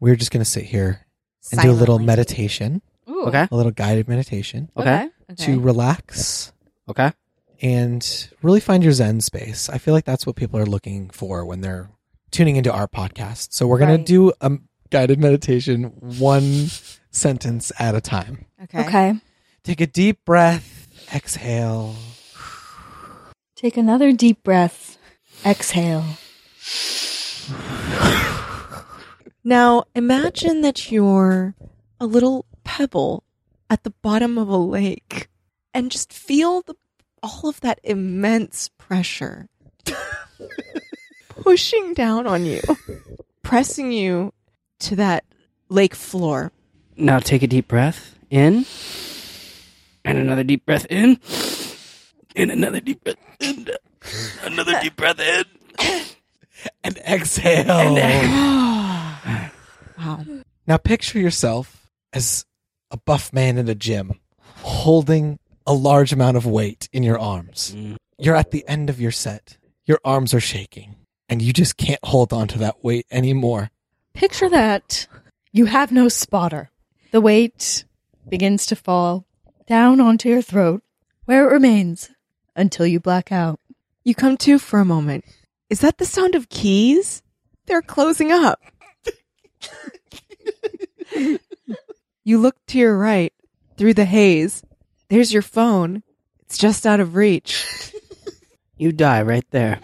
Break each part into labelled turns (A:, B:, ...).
A: We're just going to sit here and do a
B: Silently.
A: little meditation,
B: Ooh.
C: Okay.
A: a little guided meditation
C: Okay.
B: Okay.
A: to relax
C: Okay.
A: and really find your Zen space. I feel like that's what people are looking for when they're tuning into our podcast. So we're going
B: Right.
A: to do a guided meditation one sentence at a time.
B: okay.
D: okay.
A: Take a deep breath, exhale.
D: Take another deep breath. Exhale.
E: Now imagine that you're a little pebble at the bottom of a lake and just feel the, all of that immense pressure pushing down on you, pressing you to that lake floor.
C: Now take a deep breath in, and another deep breath in, and another deep breath in, another deep breath in.
A: And exhale.
E: wow.
A: Now picture yourself as a buff man in a gym holding a large amount of weight in your arms.
C: Mm.
A: You're at the end of your set. Your arms are shaking and you just can't hold on to that weight anymore.
F: Picture that you have no spotter. The weight begins to fall down onto your throat, where it remains until you black out.
E: You come to for a moment. Is that the sound of keys? They're closing up. you look to your right through the haze. There's your phone. It's just out of reach.
C: You die right there.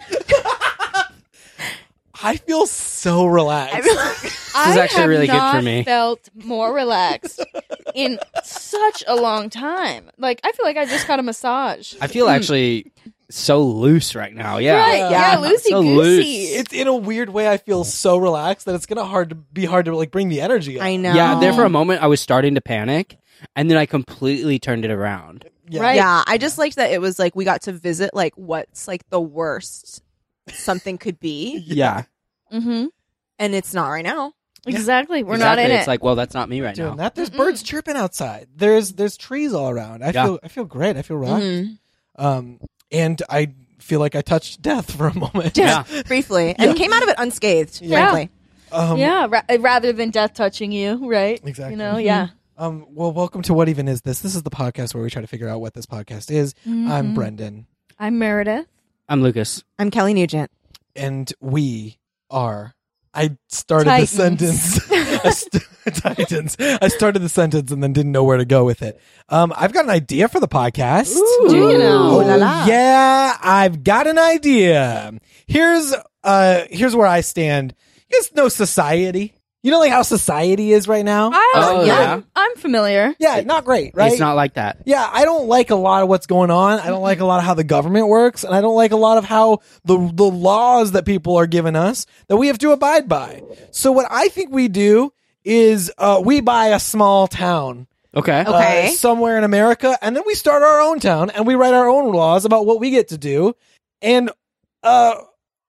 A: I feel so relaxed.
D: This
C: is actually really good for me.
D: Felt more relaxed in such a long time. Like I feel like I just got a massage.
C: I feel actually so loose right now. Yeah.
D: Right? Yeah,
E: Yeah.
D: loosey
C: So
D: goosey.
A: it's in a weird way I feel so relaxed that it's going to hard to be hard to like bring the energy up.
E: I know.
C: Yeah, there for a moment I was starting to panic, and then I completely turned it around.
A: Yeah.
D: Right.
E: Yeah, I just liked that it was like we got to visit like what's like the worst something could be,
C: Yeah,
D: Mm-hmm.
E: and it's not right now.
D: Exactly. We're
C: exactly.
D: not in
C: it's
D: it.
C: like, well, that's not me right
A: doing
C: now.
A: that. There's
D: Mm-mm.
A: birds chirping outside. There's there's trees all around. I
C: Yeah.
A: feel I feel great. I feel relaxed.
E: Mm-hmm.
A: Um, and I feel like I touched death for a moment.
C: Yeah.
E: Briefly, and came out of it unscathed.
A: Yeah.
E: Frankly,
A: Um,
D: yeah, ra- rather than death touching you, right?
A: Exactly.
D: You know, yeah.
A: Um, well, welcome to What Even Is This? This is the podcast where we try to figure out what this podcast is.
C: Mm-hmm.
D: Mm-hmm.
A: I'm Brendan,
D: I'm Meredith.
C: I'm Lucas.
E: I'm Kelly Nugent.
A: and we are. I started
D: Titans.
A: the sentence. I st- Titans. I started the sentence and then didn't know where to go with it. Um, I've got an idea for the podcast.
D: Do you know?
A: Oh,
E: la la.
A: yeah, I've got an idea. Here's uh here's where I stand. You guys know society. You know like how society is right now?
D: I,
C: Oh,
D: yeah.
C: yeah.
D: I'm, I'm familiar.
A: yeah, not great, right?
C: It's not like that.
A: yeah, I don't like a lot of what's going on. I don't like a lot of how the government works, and I don't like a lot of how the the laws that people are giving us that we have to abide by. So what I think we do is uh, we buy a small town
C: Okay.
A: uh,
E: Okay.
A: somewhere in America, and then we start our own town and we write our own laws about what we get to do. And uh,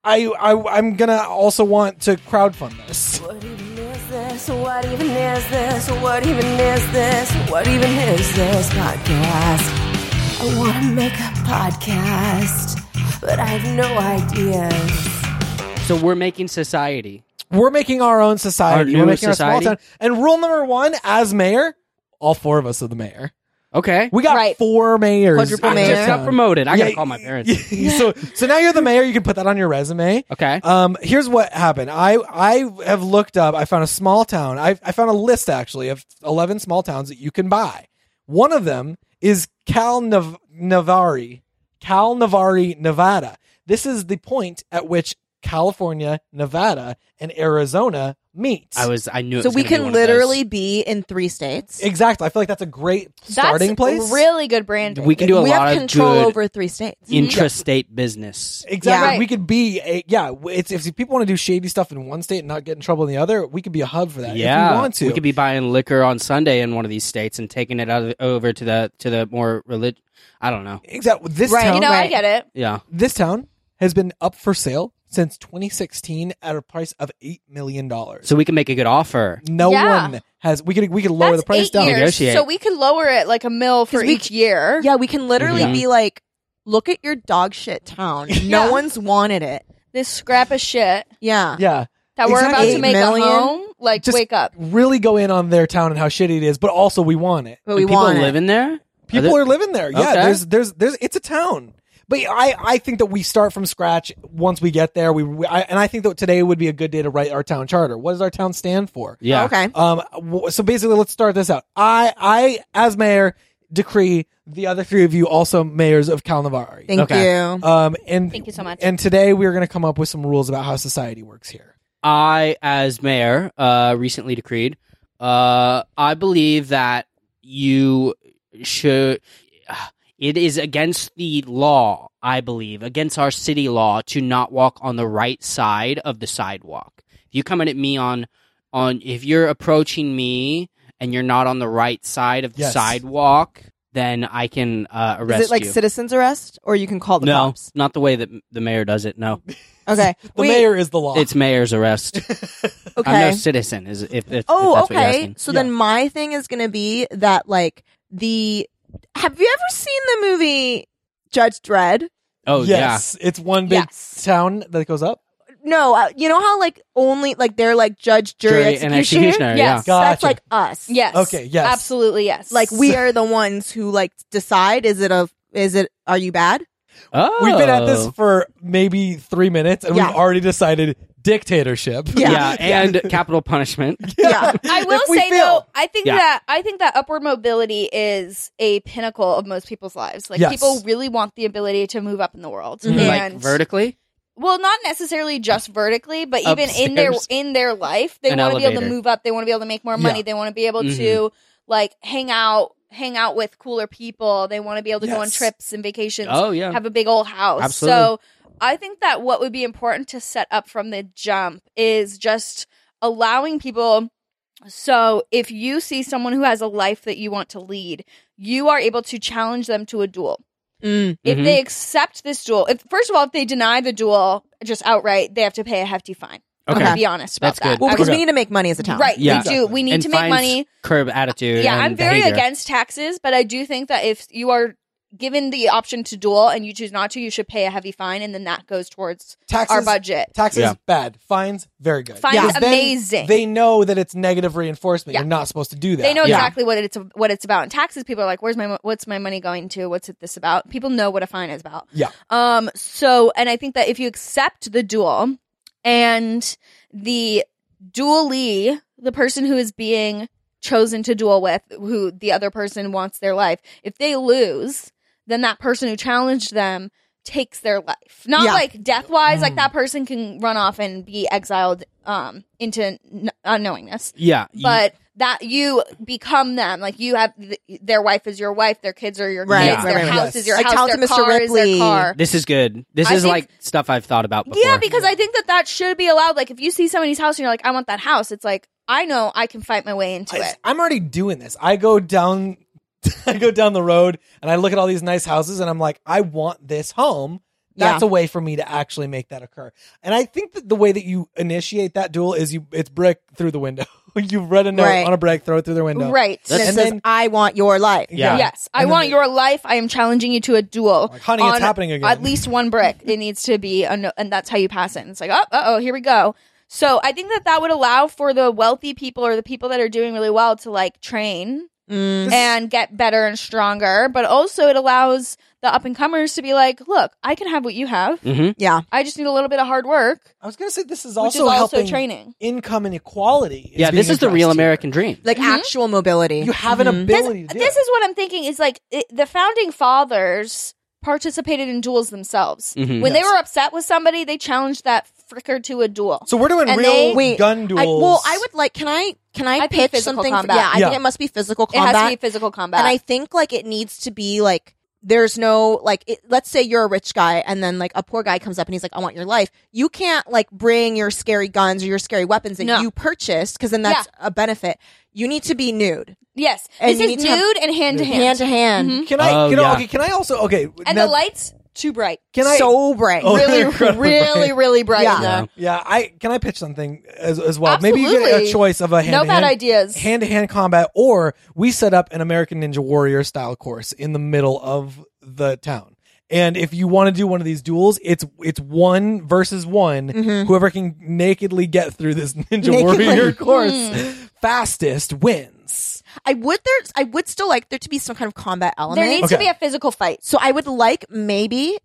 A: I, I, I'm gonna also want to crowdfund this.
G: What even is this? What even is this? What even is this? What even is this podcast? I want to make a podcast, but I have no ideas.
C: So we're making society.
A: We're making our own society.
C: Our
A: We're
C: new
A: making
C: society?
A: our small town. And rule number one, as mayor, all four of us are the mayor.
C: Okay.
A: We got
D: Right.
A: four mayors.
E: Quadruple
A: in
C: I
A: this
E: mayor.
C: just got
A: town.
C: promoted. I
A: Yeah,
C: gotta call my parents.
A: so, so now you're the mayor. You can put that on your resume.
C: Okay.
A: Um, here's what happened. I I have looked up. I found a small town. I I found a list actually of eleven small towns that you can buy. One of them is Cal Nav- Navari, Cal Navari, Nevada. This is the point at which California, Nevada, and Arizona meet.
C: I was. I knew. It
E: So
C: was
E: we
C: gonna be
E: can
C: one of those.
E: literally be in three states.
A: exactly. I feel like that's a great starting
D: That's
A: place.
D: Really good branding.
C: We can do a
E: we
C: lot
E: have
C: of
E: control
C: good
E: over three states.
C: intrastate business.
A: Exactly.
E: Yeah.
A: We could be a yeah. It's if people want to do shady stuff in one state and not get in trouble in the other, we could be a hub for that.
C: Yeah,
A: if we want to.
C: could be buying liquor on Sunday in one of these states and taking it out of, over to the to the more relig. I don't know.
A: exactly. This
E: Right,
A: town,
D: You know, I
E: Right.
D: get it.
C: Yeah,
A: this town has been up for sale since 2016 at a price of eight million dollars.
C: so we can make a good offer.
A: no
D: Yeah.
A: one has. We could we could lower
D: That's
A: the price
D: eight
A: down.
D: years,
C: Negotiate.
D: So we could lower it like a mill for
E: 'Cause we
D: each year.
E: Yeah, we can literally
C: Mhm.
E: be like, look at your dog shit town. No
D: Yeah.
E: one's wanted it.
D: This scrap of shit
E: Yeah.
A: Yeah,
D: that we're about
A: Exactly.
D: to make
E: Eight million?
D: a home. like
A: Just-
D: wake up.
A: really go in on their town and how shitty it is, but also we want it.
H: But we
C: people
H: want it.
C: live in there.
A: People
C: there-
A: are, living there. Yeah,
C: Okay.
A: there's there's there's it's a town. But I I think that we start from scratch once we get there. We, we I, and I think that today would be a good day to write our town charter. What does our town stand for?
C: Yeah.
H: Okay.
A: Um. w- So basically, let's start this out. I I as mayor decree the other three of you also mayors of Calnavari.
H: Thank
C: Okay.
H: you.
A: Um. And
D: Thank you so much.
A: And today we are going to come up with some rules about how society works here.
C: I, as mayor, uh, recently decreed, uh, I believe that you should. It is against the law, I believe, against our city law to not walk on the right side of the sidewalk. If you coming at me on, on if you're approaching me and you're not on the right side of the
A: Yes.
C: sidewalk, then I can uh, arrest
H: Is it like
C: you.
H: citizens arrest or you can call the
C: no,
H: cops?
C: not the way that m- the mayor does it. No,
H: Okay.
A: The
H: Wait,
A: mayor is the law.
C: it's mayor's arrest.
H: Okay.
C: I'm no citizen. Is if, if if
H: oh,
C: that's What you're
H: okay.
C: asking.
H: So then my thing is going to be that like the have you ever seen the movie Judge Dredd?
C: Oh
A: yes, it's one big
H: Yes.
A: town that goes up.
H: No, uh, you know how like only like they're like judge,
C: yeah,
H: jury,
C: and
H: executioner.
C: executioner.
D: Yes.
H: That's
A: Gotcha.
H: like us.
D: Yes.
A: Okay, yes.
D: Absolutely. Yes.
H: Like we are the ones who like decide is it a is it are you bad?
C: Yeah. Oh,
A: We've been at this for maybe three minutes, and
H: Yeah.
A: we've already decided dictatorship.
H: Yeah.
C: yeah, and capital punishment.
H: Yeah.
D: I will
A: If we
D: say
A: fail.
D: though, I think
C: Yeah.
D: that I think that upward mobility is a pinnacle of most people's lives. Like
A: Yes.
D: people really want the ability to move up in the world.
H: Mhm.
C: Mm-hmm. like
D: And
C: vertically.
D: well, not necessarily just vertically, but even in their
C: Upstairs.
D: in their life, they
C: An
D: want to be able to
C: elevator.
D: move up. They want to be able to make more money.
A: Yeah.
D: They want to be able
C: Mhm.
D: to like hang out, hang out with cooler people. They want to be able to go on
A: Yes.
D: trips and vacations
C: Oh yeah.
D: have a big old house. So
C: Absolutely.
D: I think that what would be important to set up from the jump is just allowing people. So if you see someone who has a life that you want to lead, you are able to challenge them to a duel.
H: Mm.
D: If
C: Mhm.
D: they accept this duel, if first of all, if they deny the duel just outright, they have to pay a hefty fine. I'm
C: okay.
D: gonna be honest about
C: That's
D: that.
C: good.
H: Well,
D: I
H: because
D: would-
H: we need to make money as a town.
D: right,
C: Yeah.
D: we do. We need
C: and
D: to make
C: fines
D: money.
C: Curb attitude.
D: Yeah,
C: and
D: I'm very
C: behavior.
D: against taxes, but I do think that if you are given the option to duel and you choose not to, you should pay a heavy fine, and then that goes towards
A: Taxes,
D: our budget.
A: taxes
C: Yeah.
A: bad. Fines, very good.
D: Fines,
A: Because then
D: amazing.
A: They know that it's negative reinforcement.
D: Yeah.
A: You're not supposed to do that.
D: They know
C: Yeah.
D: exactly what it's what it's about. And taxes, people are like, "Where's my mo- what's my money going to? What's it this about?" People know what a fine is about.
A: Yeah.
D: Um. So, and I think that if you accept the duel and the duelee, the person who is being chosen to duel with, who the other person wants their life, if they lose, then that person who challenged them takes their life. Not
H: Yeah.
D: like death wise, like
A: Mm.
D: that person can run off and be exiled um into n- unknowingness
C: Yeah, you-
D: but that you become them. Like you have th- their wife is your wife, their kids are your
H: Right,
D: kids,
H: right,
D: their
H: right, right.
D: house is your
H: Like,
D: house,
H: Talented
D: their
H: Mr.
D: car is
H: Ripley.
D: their car.
C: this is good. This
D: I
C: is
D: think-
C: like stuff I've thought about before.
D: Yeah, because I think that that should be allowed. Like if you see somebody's house and you're like, I want that house, it's like I know I can fight my way into
A: I,
D: it.
A: I'm already doing this. I go down, I go down the road, and I look at all these nice houses, and I'm like, I want this home. That's a way for me to actually make that occur. And I think that the way that you initiate that duel is you it's brick through the window. you read a note
H: Right.
A: on a brick, throw it through their window.
D: Right.
H: And it
A: That's- And
H: says,
A: then-
H: I want your life.
A: Yeah.
D: Yes, I
A: And then Oh
D: want
A: they-
D: your life. I am challenging you to a duel.
A: Like, honey, it's
D: on
A: happening again.
D: At least one brick. It needs to be, a no- and that's how you pass it. And it's like, oh, oh, here we go. So I think that that would allow for the wealthy people or the people that are doing really well to like train
H: Mm.
D: and get better and stronger. But also, it allows the up and comers to be like, look, I can have what you have.
C: hmm
H: Yeah.
D: I just need a little bit of hard work,
A: I was gonna say this is
D: which is
A: also
D: also
A: helping
D: training.
A: income inequality.
C: Yeah,
A: being
C: this is the
A: addressed
C: real
A: here.
C: American dream.
H: Like actual mobility.
A: You have an
H: Mhm.
A: ability to do
D: Mm-hmm. This
A: it.
D: is what I'm thinking is like it, the founding fathers participated in duels themselves.
C: Mhm.
D: When they
A: Yes.
D: were upset with somebody, they challenged that fricker to a duel.
A: so we're doing
D: and
A: real
D: they-
H: Wait,
A: gun duels.
H: I, well, I would like. Can I? Can I,
D: I think
H: pitch
D: physical
H: something?
D: combat.
H: Yeah, I
A: Yeah.
H: think it must be physical
D: it
H: combat.
D: has to be physical combat.
H: And I think like it needs to be like there's no like it, let's say you're a rich guy and then like a poor guy comes up and he's like I want your life. You can't like bring your scary guns or your scary weapons that
D: No.
H: you purchased because then that's a benefit. You need to be nude.
D: yes,
H: and
D: this
H: you
D: is
H: need to have-
D: nude and hand Mm-hmm. to
H: Hand
D: hand,
H: to hand.
A: Can I?
C: Oh,
A: can I
C: yeah.
A: okay, can I also? Okay,
D: and
A: now-
D: the lights too bright,
A: Can I?
H: so bright.
A: Oh,
D: really,
A: they're incredibly
D: really,
A: bright.
D: really bright.
H: Yeah.
D: in there.
A: yeah, I can I pitch something as, as well. Maybe you get a
D: Absolutely.
A: choice of a hand.
D: no bad ideas.
A: Hand to hand combat, or we set up an American Ninja Warrior style course in the middle of the town, And if you want to do one of these duels, it's it's one versus one.
E: Mm-hmm.
A: Whoever can nakedly get through this ninja
I: Nakedly.
A: warrior course
D: Mm.
E: Hmm.
A: fastest wins.
E: I would there's I would still like there to be some kind of combat element.
D: There needs to
A: Okay.
D: be a physical fight.
E: so I would like maybe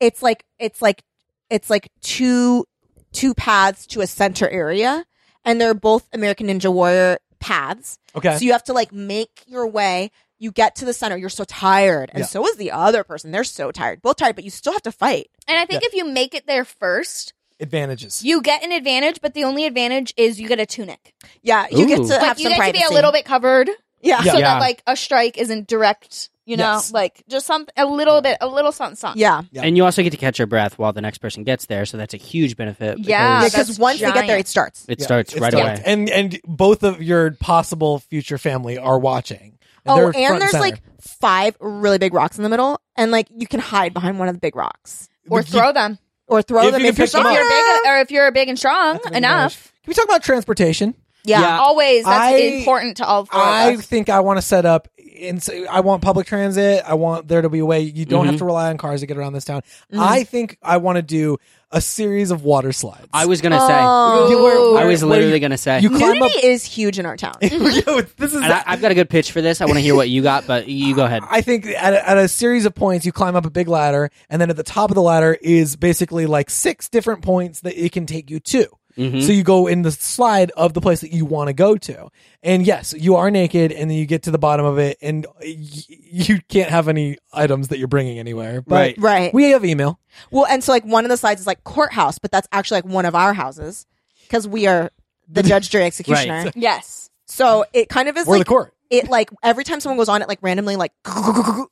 E: it's like it's like it's like two two paths to a center area and they're both American Ninja Warrior paths.
A: Okay.
E: So you have to like make your way. You get to the center. You're so tired, and
A: Yeah.
E: so is the other person. They're so tired, both tired, but you still have to fight.
D: And I think if you make it there first,
A: Advantages.
D: you get an advantage, but the only advantage is you get a tunic.
E: Yeah, you get
C: Ooh.
E: to
C: But
E: have
D: Like you
E: some
D: get
E: privacy.
D: to be a little bit covered
E: yeah,
D: so
E: yeah.
C: Yeah.
D: that like a strike isn't direct, you know,
A: Yes.
D: like just some a little bit a little something something.
E: yeah.
A: Yeah.
C: And you also get to catch your breath while the next person gets there, so that's a huge benefit.
D: Yeah,
C: because
E: Because
D: that's
E: once they get there,
D: giant.
E: it starts.
C: it
A: Yeah,
C: starts right
A: starts.
C: away.
A: And and both of your possible future family are watching.
E: oh,
A: they're front
E: and there's
A: center.
E: like five really big rocks in the middle, and like you can hide behind one of the big rocks
D: Or
A: But you-
D: throw them.
E: or throw
A: If
E: them
A: you
E: if
A: can
E: you're
A: pick them
E: strong
A: up.
D: If you're
E: enough.
D: big or if you're big and strong
A: That's a big
D: enough.
A: advantage. Can we talk about transportation?
E: Yeah.
C: Yeah.
D: Always that's
A: I-
D: important to all
C: Oh,
D: four
A: I
D: of us.
A: think I want to set up. And so I want public transit. I want there to be a way you don't
C: Mm-hmm.
A: have to rely on cars to get around this town. I think I want to do a series of water slides.
C: I was gonna say.
D: Oh.
A: You were-
C: I was
A: where- where
C: literally
A: you-
C: gonna say.
A: you climb up.
E: Nudity is huge in our town.
A: this is.
C: and I, I've got a good pitch for this. I want to hear what you got, but you go ahead.
A: I think at a, at a series of points, you climb up a big ladder, and then at the top of the ladder is basically like six different points that it can take you to.
C: Hmm?
A: So you go in the slide of the place that you want to go to, and yes, you are naked, and then you get to the bottom of it, and y- you can't have any items that you're bringing anywhere. But
C: Right.
E: Right.
A: We have email.
E: well, and so like one of the slides is like courthouse, but that's actually like one of our houses because we are the judge, jury, executioner.
D: Yes.
E: So it kind of is
A: We're
E: like
A: the court.
E: it like every time someone goes on it like randomly like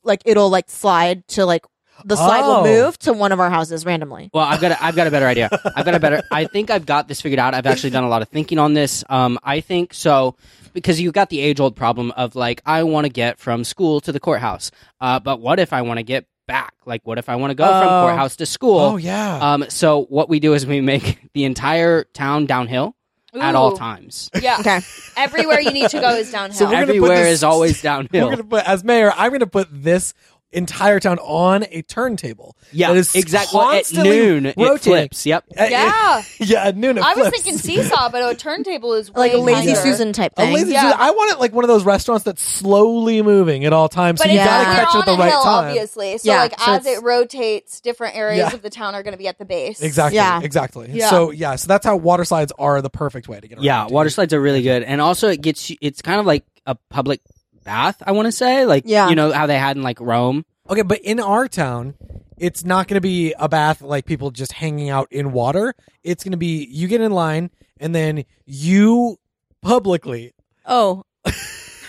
E: like it'll like slide to like the slide
A: Oh.
E: will move to one of our houses randomly.
C: Well, I've got a, I've got a better idea. I've got a better. I think I've got this figured out. I've actually done a lot of thinking on this. Um, I think so because you've got the age old problem of like I want to get from school to the courthouse, uh, but what if I want to get back? Like, what if I want to go
A: Oh.
C: from courthouse to school?
A: Oh yeah.
C: Um, so what we do is we make the entire town downhill at all
D: Ooh.
C: times.
D: Yeah.
E: Okay.
D: Everywhere you need to go is downhill.
A: So we're gonna put
C: Everywhere
A: this-
C: is always downhill.
A: We're gonna put as mayor. I'm gonna put this entire town on a turntable.
C: yeah,
A: that is
C: exactly. Well, at
A: constantly
C: noon, it
A: rotating.
C: flips. Yep.
A: Uh,
D: yeah.
A: yeah. At noon, it
D: I was
A: flips.
D: thinking seesaw, but a turntable is
E: Like
D: way
E: a lazy
D: tighter.
E: Susan type
A: A
E: thing.
A: lazy
D: Yeah.
A: Susan. I want it like one of those restaurants that's slowly moving at all times.
D: But
A: so you
D: it's,
A: gotta
D: we're
A: catch it
D: on
A: at the
D: a
A: right
D: hill,
A: time.
D: obviously. So
E: Yeah,
D: like
E: so
D: as
E: it's-
D: it rotates, different areas
A: Yeah.
D: of the town are going to be at the base.
A: Exactly.
E: Yeah.
A: Exactly.
D: Yeah.
A: So yeah. So that's how water slides are the perfect way to get around.
C: Yeah,
A: it.
C: water slides are really good, and also it gets you. It's kind of like a public bath. I want to say, like,
E: Yeah.
C: you know how they had in like Rome.
A: Okay, but in our town, it's not going to be a bath like people just hanging out in water. It's going to be you get in line and then you publicly
E: oh,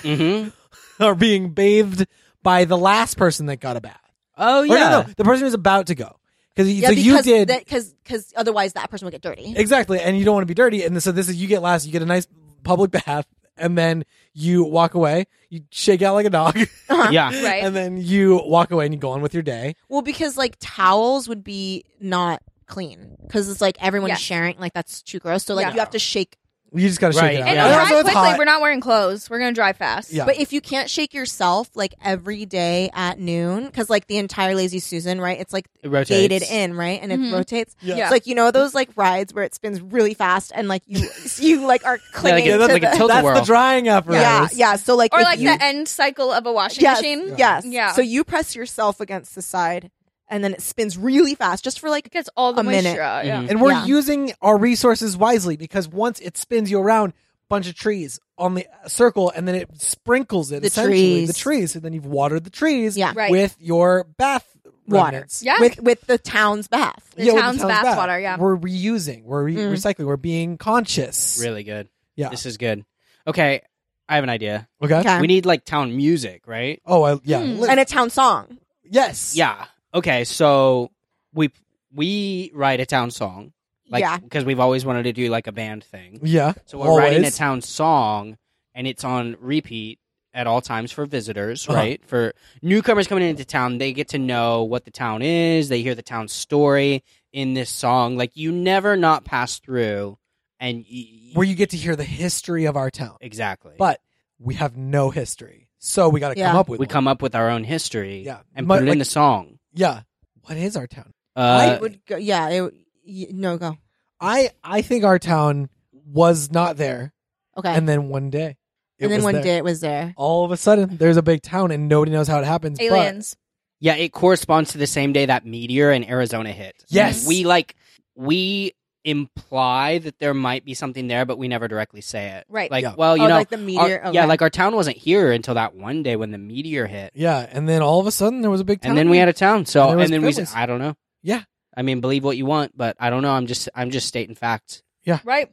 C: Mm-hmm.
A: are being bathed by the last person that got a bath.
C: Oh
A: Or no,
C: yeah,
A: no, the person who's about to go. Cuz
E: yeah,
A: so you
E: because
A: did
E: because because otherwise that person will get dirty.
A: Exactly, and you don't want to be dirty, and so this is you get last. You get a nice public bath, and then you walk away. You shake out like a dog,
E: Uh-huh.
C: yeah.
D: Right.
A: and then you walk away and you go on with your day.
E: Well, because like towels would be not clean because it's like everyone's
D: Yeah.
E: sharing, like that's too gross. So like
D: Yeah.
E: you have to shake.
A: You just gotta shake
C: Right,
A: it out.
D: and
C: Yeah.
D: it'll
A: Also,
D: dry
A: it's
D: quickly.
A: hot.
D: We're not wearing clothes. We're going to dry fast.
A: Yeah.
E: But if you can't shake yourself like every day at noon, because like the entire Lazy Susan, right? It's like
C: It rotates.
E: gated in, right? And it
D: Mhm.
E: rotates.
A: Yeah.
E: It's like you know those like rides where it spins really fast and like you you like are clinging
C: Yeah,
E: to
C: that's like a
E: the-
C: tilt a
A: That's the
C: whirl.
A: drying apparatus.
E: yeah yeah. So like
D: Or
E: if
D: like
E: you,
D: the end cycle of a washing
E: yes,
D: machine.
E: yes
D: Yeah.
E: So you press yourself against the side and then it spins really fast just for like
D: It gets all the
E: A
D: moisture
E: minute.
D: out. Yeah.
C: Mhm.
A: And we're
E: Yeah.
A: using our resources wisely because once it spins you around, bunch of trees on the uh, circle, and then it sprinkles it
E: The
A: essentially
E: trees.
A: the trees, and then you've watered the trees
E: Yeah.
D: Right.
A: with your bath
E: Water.
A: remnants.
D: Yeah.
E: with with the town's bath.
D: The
A: with
D: town's bath water, yeah.
A: We're reusing, we're re-
E: Mm.
A: recycling, we're being conscious.
C: Really good.
A: Yeah.
C: This is good. Okay, I have an idea.
A: Okay.
E: Okay.
C: We need like town music, right?
A: Oh, I, yeah.
D: Hmm.
A: Li-
E: Mm-hmm. and a town song.
A: yes.
C: Yeah. Okay, so we we write a town song, like
E: yeah.
C: because we've always wanted to do like a band thing.
A: Yeah.
C: So we're writing a
A: Always.
C: town song, and it's on repeat at all times for visitors,
A: Uh-huh.
C: right? For newcomers coming into town, they get to know what the town is. They hear the town story in this song. Like you never not pass through, and y-
A: Where you get to hear the history of our town.
C: exactly.
A: But we have no history. So we got to
E: Yeah.
A: come up with
C: we
A: one.
C: come up with our own history,
A: Yeah.
C: and
A: Mu-
C: put it
A: like-
C: in the song.
A: Yeah. what is our town?
E: I
C: Uh,
E: would go. Yeah. It, would- y- no go.
A: I I think our town was not there,
E: Okay.
A: and then one day, it
E: and then
A: was
E: one
A: there.
E: day it was there.
A: all of a sudden, there's a big town, and nobody knows how it happens. but-
D: Aliens.
C: yeah, it corresponds to the same day that meteor in Arizona hit.
A: Yes.
C: we like we imply that there might be something there, but we never directly say it.
D: Right.
C: Like,
A: Yeah.
C: well, you
E: oh,
C: know,
E: like the
C: our-
E: meteor.
C: yeah,
E: okay.
C: like our town wasn't here until that one day when the meteor hit,
A: yeah, and then all of a sudden, there was a big town,
C: and then we had a town. So
A: And there
C: and,
A: was
C: then we, said,
A: families.
C: I don't know.
A: Yeah.
C: I mean, believe what you want, but I don't know. I'm just, I'm just stating facts.
D: Right.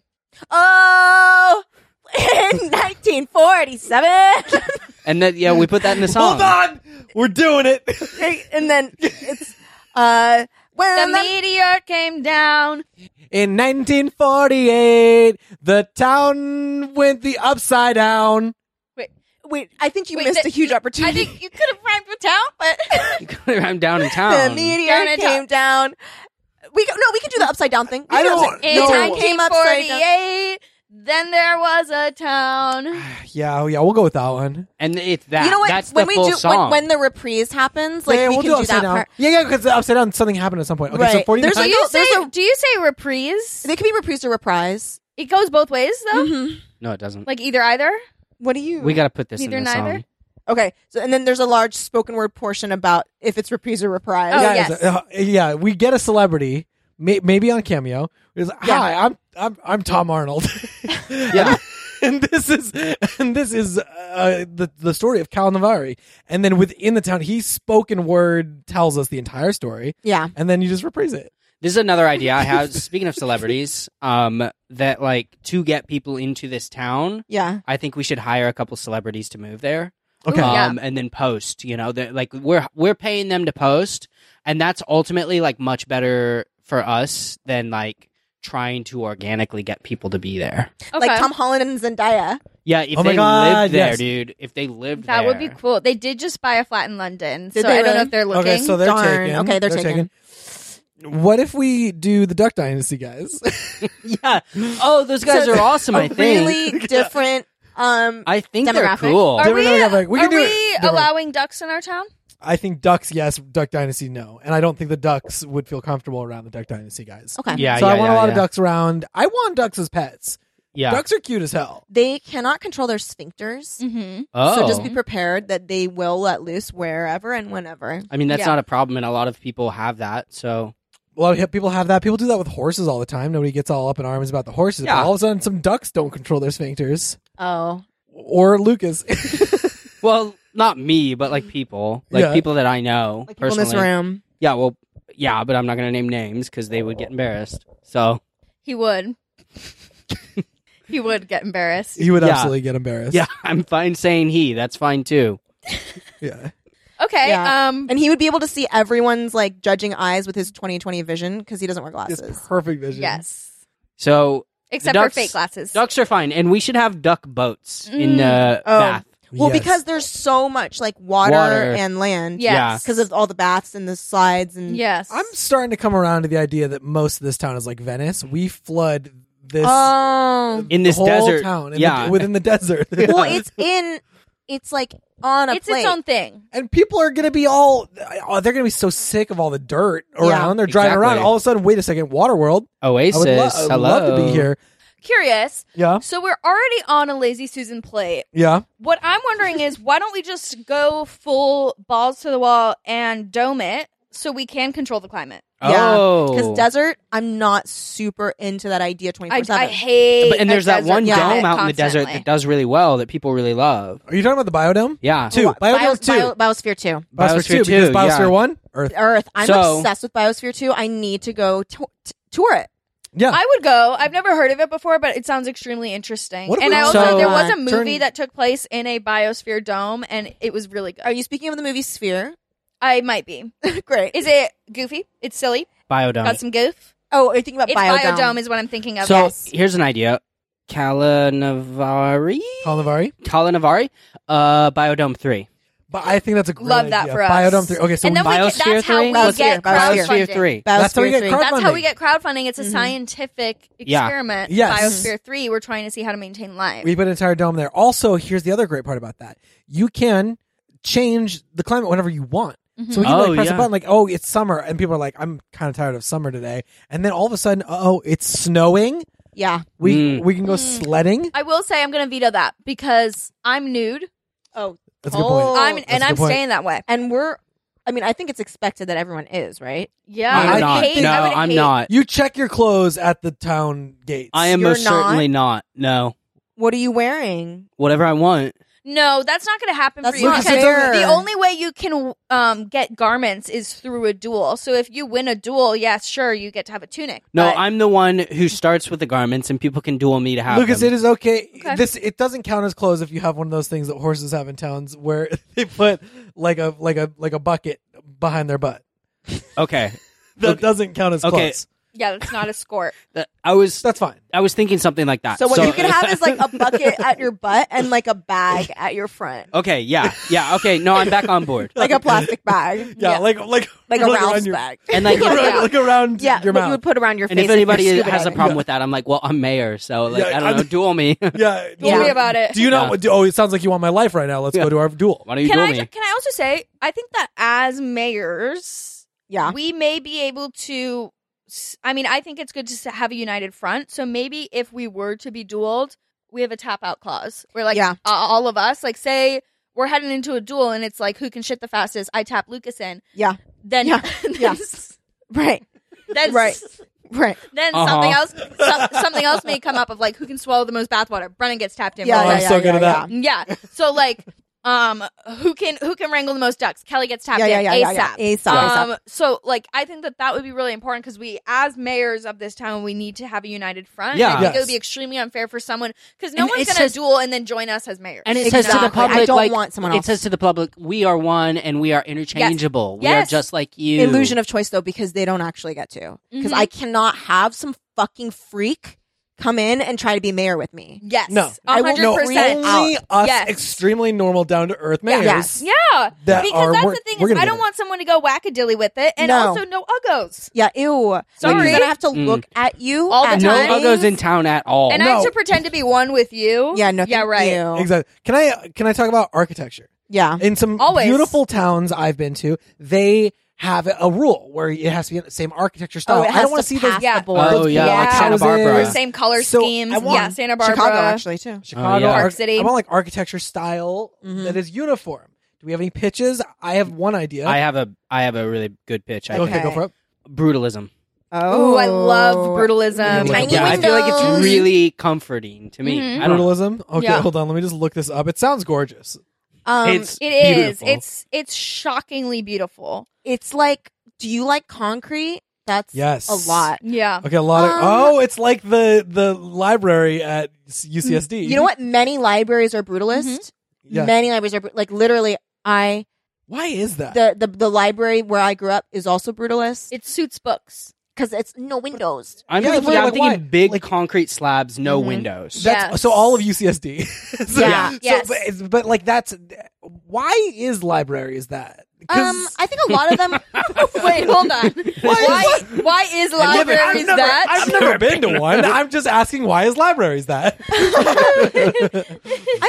E: oh, in 1947.
C: And that, yeah, we put that in the song.
A: Hold on, we're doing it.
E: and then it's uh
D: The
E: when the
D: meteor came down.
A: In 1948, the town went the upside down.
E: wait, I think you
D: Wait,
E: missed
D: the-
E: a huge
D: I
E: opportunity.
D: think you could have rhymed with town, but
C: You could- I'm down in
E: the
C: town.
E: meteor
D: Down and
E: came down. We go, no, we can do the upside down thing. We
A: I
E: can do the
A: don't
E: upside-
D: in
A: No.
E: The town came upside down.
D: 1948, then there was a town.
A: Yeah, yeah, we'll go with that one.
C: and it's that.
E: You know what?
C: That's
E: when
C: the
E: we
C: full
E: do
C: song.
E: when, when the reprise happens, like
A: yeah, yeah,
E: we
A: we'll
E: can
A: do
E: do,
A: upside
E: that
A: down.
E: part.
A: Yeah, yeah, because upside down something happened at some point. Okay, so
E: Right.
A: 49.
E: There's
D: Do
E: a-
D: you,
E: there's
D: say,
E: a-
D: do you say reprise?
E: They can be reprise or reprise.
D: It goes both ways,
E: Mm-hmm.
D: though?
C: no, it doesn't.
D: Like either, either?
E: What do you?
C: we got to put this
D: Neither,
C: in the song.
D: neither?
E: okay, so and then there's a large spoken word portion about if it's reprise or reprise.
D: Oh,
A: yeah,
D: yes.
A: it's a- uh, yeah, we get a celebrity, may, maybe on cameo. It's like,
E: Yeah.
A: Hi, I'm I'm I'm Tom Arnold. yeah, and this is and this is uh, the the story of Cal Navari. And then within the town, he spoken word tells us the entire story,
E: yeah.
A: and then you just reprise it.
C: This is another idea I have. Speaking of celebrities, um, that like to get people into this town,
E: Yeah.
C: I think we should hire a couple celebrities to move there.
A: Okay,
D: Ooh, yeah.
C: um, and then post. You know, that like we're we're paying them to post, and that's ultimately like much better for us than like trying to organically get people to be there.
D: Okay.
E: Like Tom Holland and Zendaya.
C: Yeah, if
A: Oh my
C: they
A: God,
C: lived there,
A: yes.
C: dude. If they lived
D: that
C: there,
D: would be cool. They did just buy a flat in London,
E: Did
D: so
E: they
D: I don't know
E: really?
D: if they're looking.
A: okay, so they're
E: Darn.
A: taken.
E: Okay, they're taken.
A: What if we do the Duck Dynasty guys?
C: Yeah. Oh, those guys
E: So
C: are awesome.
E: a
C: I think.
E: really different. Um,
C: I think they're
E: demographic.
C: cool.
D: are
A: Different
D: we,
A: demographic. We can
D: are
A: do it
D: we
A: different.
D: allowing ducks in our town?
A: I think Ducks, yes. Duck Dynasty, no. And I don't think the Ducks would feel comfortable around the Duck Dynasty guys.
E: okay.
C: Yeah,
A: so
C: yeah,
A: I want
C: yeah,
A: a lot
C: yeah.
A: of ducks around. I want ducks as pets.
C: Yeah.
A: Ducks are cute as hell.
E: They cannot control their sphincters.
D: Mm-hmm.
C: oh.
E: So just be prepared that they will let loose wherever and whenever.
C: I mean, that's
D: Yeah.
C: not a problem, and a lot of people have that. So
A: A lot of hip- people have that. People do that with horses all the time. Nobody gets all up in arms about the horses.
C: Yeah.
A: But all of a sudden, some ducks don't control their sphincters.
E: Oh.
A: Or Lucas.
C: well, not me, but like people, like
A: Yeah.
C: people that I know
E: Like people in
C: personally.
E: this room.
C: Yeah, well, yeah, but I'm not gonna name names because they
A: Oh.
C: would get embarrassed. So
D: He would. he would get embarrassed.
A: he would
C: Yeah.
A: absolutely get embarrassed.
C: yeah, I'm fine saying he. That's fine too.
A: Yeah.
D: Okay.
E: Yeah.
D: Um.
E: And he would be able to see everyone's like judging eyes with his 2020 vision because he doesn't wear
A: It's
E: glasses.
A: perfect vision.
D: Yes.
C: So
D: Except
C: ducks-
D: for fake glasses.
C: ducks are fine, and we should have duck boats in
D: Mm.
C: the
E: Oh.
C: bath.
E: Well,
A: Yes.
E: because there's so much like water,
C: Water.
E: and land.
D: Yes.
C: Yeah.
E: Because of all the baths and the slides and
D: Yes.
A: I'm starting to come around to the idea that most of this town is like Venice. We flood this
E: Oh.
C: In this
A: whole
C: desert.
A: town, in
C: Yeah.
A: the, within the desert.
E: Well, it's in it's like on a
D: It's
E: plate.
D: its own thing.
A: and people are going to be all oh, they're going to be so sick of all the dirt
E: Yeah.
A: around. They're driving
C: Exactly.
A: around. All of a sudden, wait a second, Waterworld. I
C: Oasis.
A: would, lo- I
C: hello.
A: would love to be here.
D: Curious.
A: Yeah,
D: So we're already on a lazy Susan plate.
A: yeah.
D: What I'm wondering is why don't we just go full balls to the wall and dome it so we can control the climate?
E: Yeah,
C: Oh,
E: Because desert, I'm not super into that idea 24
D: I, I
E: 7.
D: hate.
C: But- and there's
D: a
C: that
D: desert
C: one
E: yeah,
C: dome out in the desert
D: constantly.
C: that does really well that people really love.
A: Are you talking about the biodome?
C: Yeah.
A: Two biodome two
E: Biosphere 2.
A: biosphere, two,
C: Biosphere
A: because
C: two,
A: biosphere
C: yeah.
A: one Earth.
E: Earth. I'm
C: So-
E: obsessed with Biosphere 2. I need to go to- t- tour it.
A: Yeah,
D: I would go. I've never heard of it before, but it sounds extremely interesting.
A: What if
D: And
A: we
D: I also
C: So-
D: there was a
E: Turn-
D: movie that took place in a biosphere dome, and it was really good.
E: Are you speaking of the movie Sphere?
D: I might be.
E: Great.
D: Is it goofy? It's silly.
C: Biodome.
D: Got some goof.
E: Oh, are you thinking about
D: It's
E: Biodome?
D: biodome. is what I'm thinking of.
C: so
D: yes.
C: here's an idea. Kalanavari?
A: Colnavari.
C: Kalanavari? Uh, Biodome 3.
A: But I think that's a great
D: Love that
A: idea.
D: for us.
A: Biodome three. Okay, so
D: and
A: we-
D: then we can,
C: Biosphere
D: Oh that's how
C: three?
D: we
E: Biosphere,
D: get
E: Biosphere.
D: crowdfunding.
C: Biosphere 3.
A: That's how we
E: Biosphere
A: get
E: 3.
A: crowd-
D: That's how we
A: Crowdfunding.
D: get crowdfunding. It's a
E: Mhm.
D: scientific
C: Yeah.
D: experiment.
A: Yes.
D: Biosphere three. We're trying to see how to maintain life.
A: we put an entire dome there. Also, here's the other great part about that: you can change the climate whenever you want.
D: Mm-hmm.
A: So we can
C: Oh,
A: like press
C: yeah.
A: a button like, oh, it's summer, and people are like, I'm kind of tired of summer today. And then all of a sudden, oh, it's snowing.
E: Yeah.
A: We
C: Mm.
A: we can go
D: Mm.
A: sledding.
D: I will say I'm going to veto that because I'm nude.
A: That's a good point.
E: Oh,
D: I'm
E: that's
A: a
D: and
A: good
D: I'm
A: point.
D: staying that way.
E: And we're, I mean, I think it's expected that everyone is, right?
D: Yeah,
C: I'm
A: I
C: not.
A: hate-
C: no,
D: I would
C: I'm
D: hate-
C: not.
A: You check your clothes at the town gates.
C: I am
E: You're
C: most
E: not?
C: certainly not. No,
E: What are you wearing?
C: whatever I want.
D: No, that's not going to happen
E: That's
D: for you.
E: not
D: because
E: fair.
D: The only way you can um, get garments is through a duel. So if you win a duel, yes, sure, you get to have a tunic.
C: No,
D: but-
C: I'm the one who starts with the garments, and people can duel me to have
A: Lucas,
C: them.
A: it is okay.
D: Okay.
A: This it doesn't count as clothes if you have one of those things that horses have in towns where they put like a like a like a bucket behind their butt.
C: okay.
A: That
C: Okay.
A: doesn't count as
C: Okay.
A: clothes.
D: yeah, that's not a score.
C: That- I was
A: That's fine.
C: I was thinking something like
A: Uh,
C: that.
E: So what you can have is like a bucket at your butt and like a bag at your front,
A: Oh.
C: okay, yeah, yeah, okay. No, I'm back on board.
E: like a plastic bag,
A: Yeah,
D: Yeah.
A: like like
E: like a
A: around
E: Ralph's
A: your,
E: bag.
C: And like,
A: around-
D: Yeah.
A: like around
E: Yeah,
A: your
E: what you would
A: mouth.
E: put around your
C: and
E: face.
C: if anybody
E: you're scuba
C: has a
E: diving.
C: problem with that, I'm like, well, I'm mayor, so like,
A: Yeah,
C: I don't
A: I'm-
C: know, duel me.
A: Yeah,
D: Duel
E: Yeah.
D: me about it.
A: Do you not? do- Oh, it sounds like you want my life right now. Let's
C: Yeah.
A: go to our duel.
C: Why don't you
D: can
C: duel
D: I
C: me?
D: ju- can I also say I think that as mayors,
E: Yeah.
D: we may be able to. s- I mean, I think it's good to s- have a united front. So maybe if we were to be dueled, we have a tap out clause. We're like,
E: Yeah.
D: uh, all of us, like, say we're heading into a duel and it's like, who can shit the fastest? I tap Lucas in.
E: Yeah.
D: Then,
E: Yeah.
D: then,
E: Yeah. Right.
D: then-
E: Right. Right.
D: Then
C: Uh-huh.
D: something else, some, something else may come up of like, who can swallow the most bathwater? Brennan gets tapped in.
E: Yeah,
D: blah,
A: oh,
D: blah,
A: I'm
E: yeah,
A: so
E: yeah,
A: good at
E: yeah,
A: that.
D: yeah. So like, um, who can who can wrangle the most ducks? Kelly gets tapped
E: Yeah, yeah,
D: in
E: yeah,
D: ASAP.
E: yeah, yeah. ASAP.
D: Um, so like, I think that that would be really important because we, as mayors of this town, we need to have a united front. And
C: Yeah.
D: I think it
A: Yes.
D: would be extremely unfair for someone because no
C: And
D: one's
C: it
D: going to
C: says-
D: duel and then join us as mayors.
C: And it
E: Exactly.
C: says to the public,
E: I don't
C: like,
E: want someone
C: It
E: else.
C: says to the public, we are one and we are interchangeable. We
D: Yes.
C: are just like you.
E: Illusion of choice though, because they don't actually get to. Because
D: Mhm.
E: I cannot have some fucking freak come in and try to be mayor with me.
D: yes,
A: No.
E: I
D: a
E: won't-
D: hundred
A: No,
D: percent.
A: only us
D: Yes.
A: extremely normal, down to earth mayors.
E: Yes.
D: Yeah,
A: That
D: because
A: are-
D: that's
A: we're-
D: the thing
A: we're
D: is
A: gonna
D: I
A: do
D: don't
A: that.
D: want someone to go wackadilly with it, and
E: No.
D: also no uggos.
E: Yeah, ew.
D: Sorry.
E: You're gonna have to
C: Mm.
E: look at you
D: All the
E: at
C: no
D: time.
E: times.
C: uggos in town at
A: Oh,
C: all. Oh,
D: And I have to pretend to be one with you.
E: Yeah, no.
D: yeah,
E: thank
D: right.
E: you.
A: Exactly. Can I can I talk about architecture?
E: Yeah.
A: In some
D: Always.
A: beautiful towns I've been to, they have a rule where it has to be the same architecture style.
E: Oh, it
A: Oh, I
E: has
A: don't want
E: to
A: see
E: pass
A: those.
E: the board.
C: Oh, yeah,
D: like
A: houses.
D: Santa
C: Barbara.
D: Or same color
A: So, I
D: schemes.
A: want
D: yeah, Santa Barbara.
E: Chicago actually too.
A: Chicago,
C: yeah.
A: arch-
D: Park City.
A: I want like architecture style
E: Mhm.
A: that is uniform. Do we have any pitches? I have one idea.
C: I have a I have a really good pitch. I
A: okay,
C: think
A: go for it.
E: Mm-hmm.
C: brutalism.
D: Ooh, I
E: Oh.
D: love brutalism.
A: Tiny Mm-hmm.
D: Tiny
A: Yeah,
C: I feel like
E: windows.
C: it's really comforting to me.
D: Mhm.
C: I don't know.
A: Brutalism. Okay,
D: Yeah.
A: hold on. Let me just look this up. It sounds gorgeous.
E: Um,
C: It's
E: it's
D: It is.
C: beautiful.
D: It's it's shockingly beautiful.
E: like, do you like concrete? That's
A: Yes.
E: a lot.
D: Yeah.
A: Okay, a lot of.
E: Um,
A: Oh, it's like the the library at UCSD.
E: You know what? Many libraries are brutalist.
A: Yeah.
E: Many libraries are bru- like literally. I
A: Why is that?
E: the, the the library where I grew up is also brutalist
D: It suits books.
E: because it's no windows.
C: I'm
A: Yeah,
C: thinking,
A: like,
C: I'm
A: like,
C: thinking
A: why?
C: big
A: Like- Mm-hmm.
C: concrete slabs, no
E: Mhm.
C: windows.
A: That's
D: Yes.
A: so all of UCSD. so,
E: Yeah.
A: So,
D: Yes.
A: but, it's- but like that's why is libraries that? 'Cause-
E: Um, I think a lot of them.
D: Wait, hold on. Why? Why is
C: never-
A: I've
D: libraries
A: never,
D: that?
A: I've never been to one. I'm just asking why is libraries that?
E: I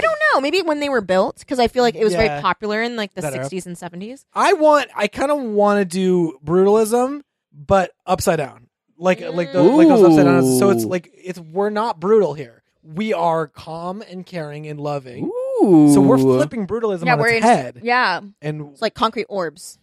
E: don't know. Maybe when they were built, because I feel like it was
A: Yeah.
E: very popular in like the
A: That era.
E: sixties and seventies.
A: I want. I kind of want to do brutalism, but upside down, like like the, like those upside down. So it's
C: Ooh.
A: like it's we're not brutal here. We are calm and caring and loving.
C: Ooh.
A: So we're flipping brutalism
D: yeah,
A: on
D: we're
A: its
D: in,
A: head,
D: Yeah.
A: and
E: It's like concrete orbs.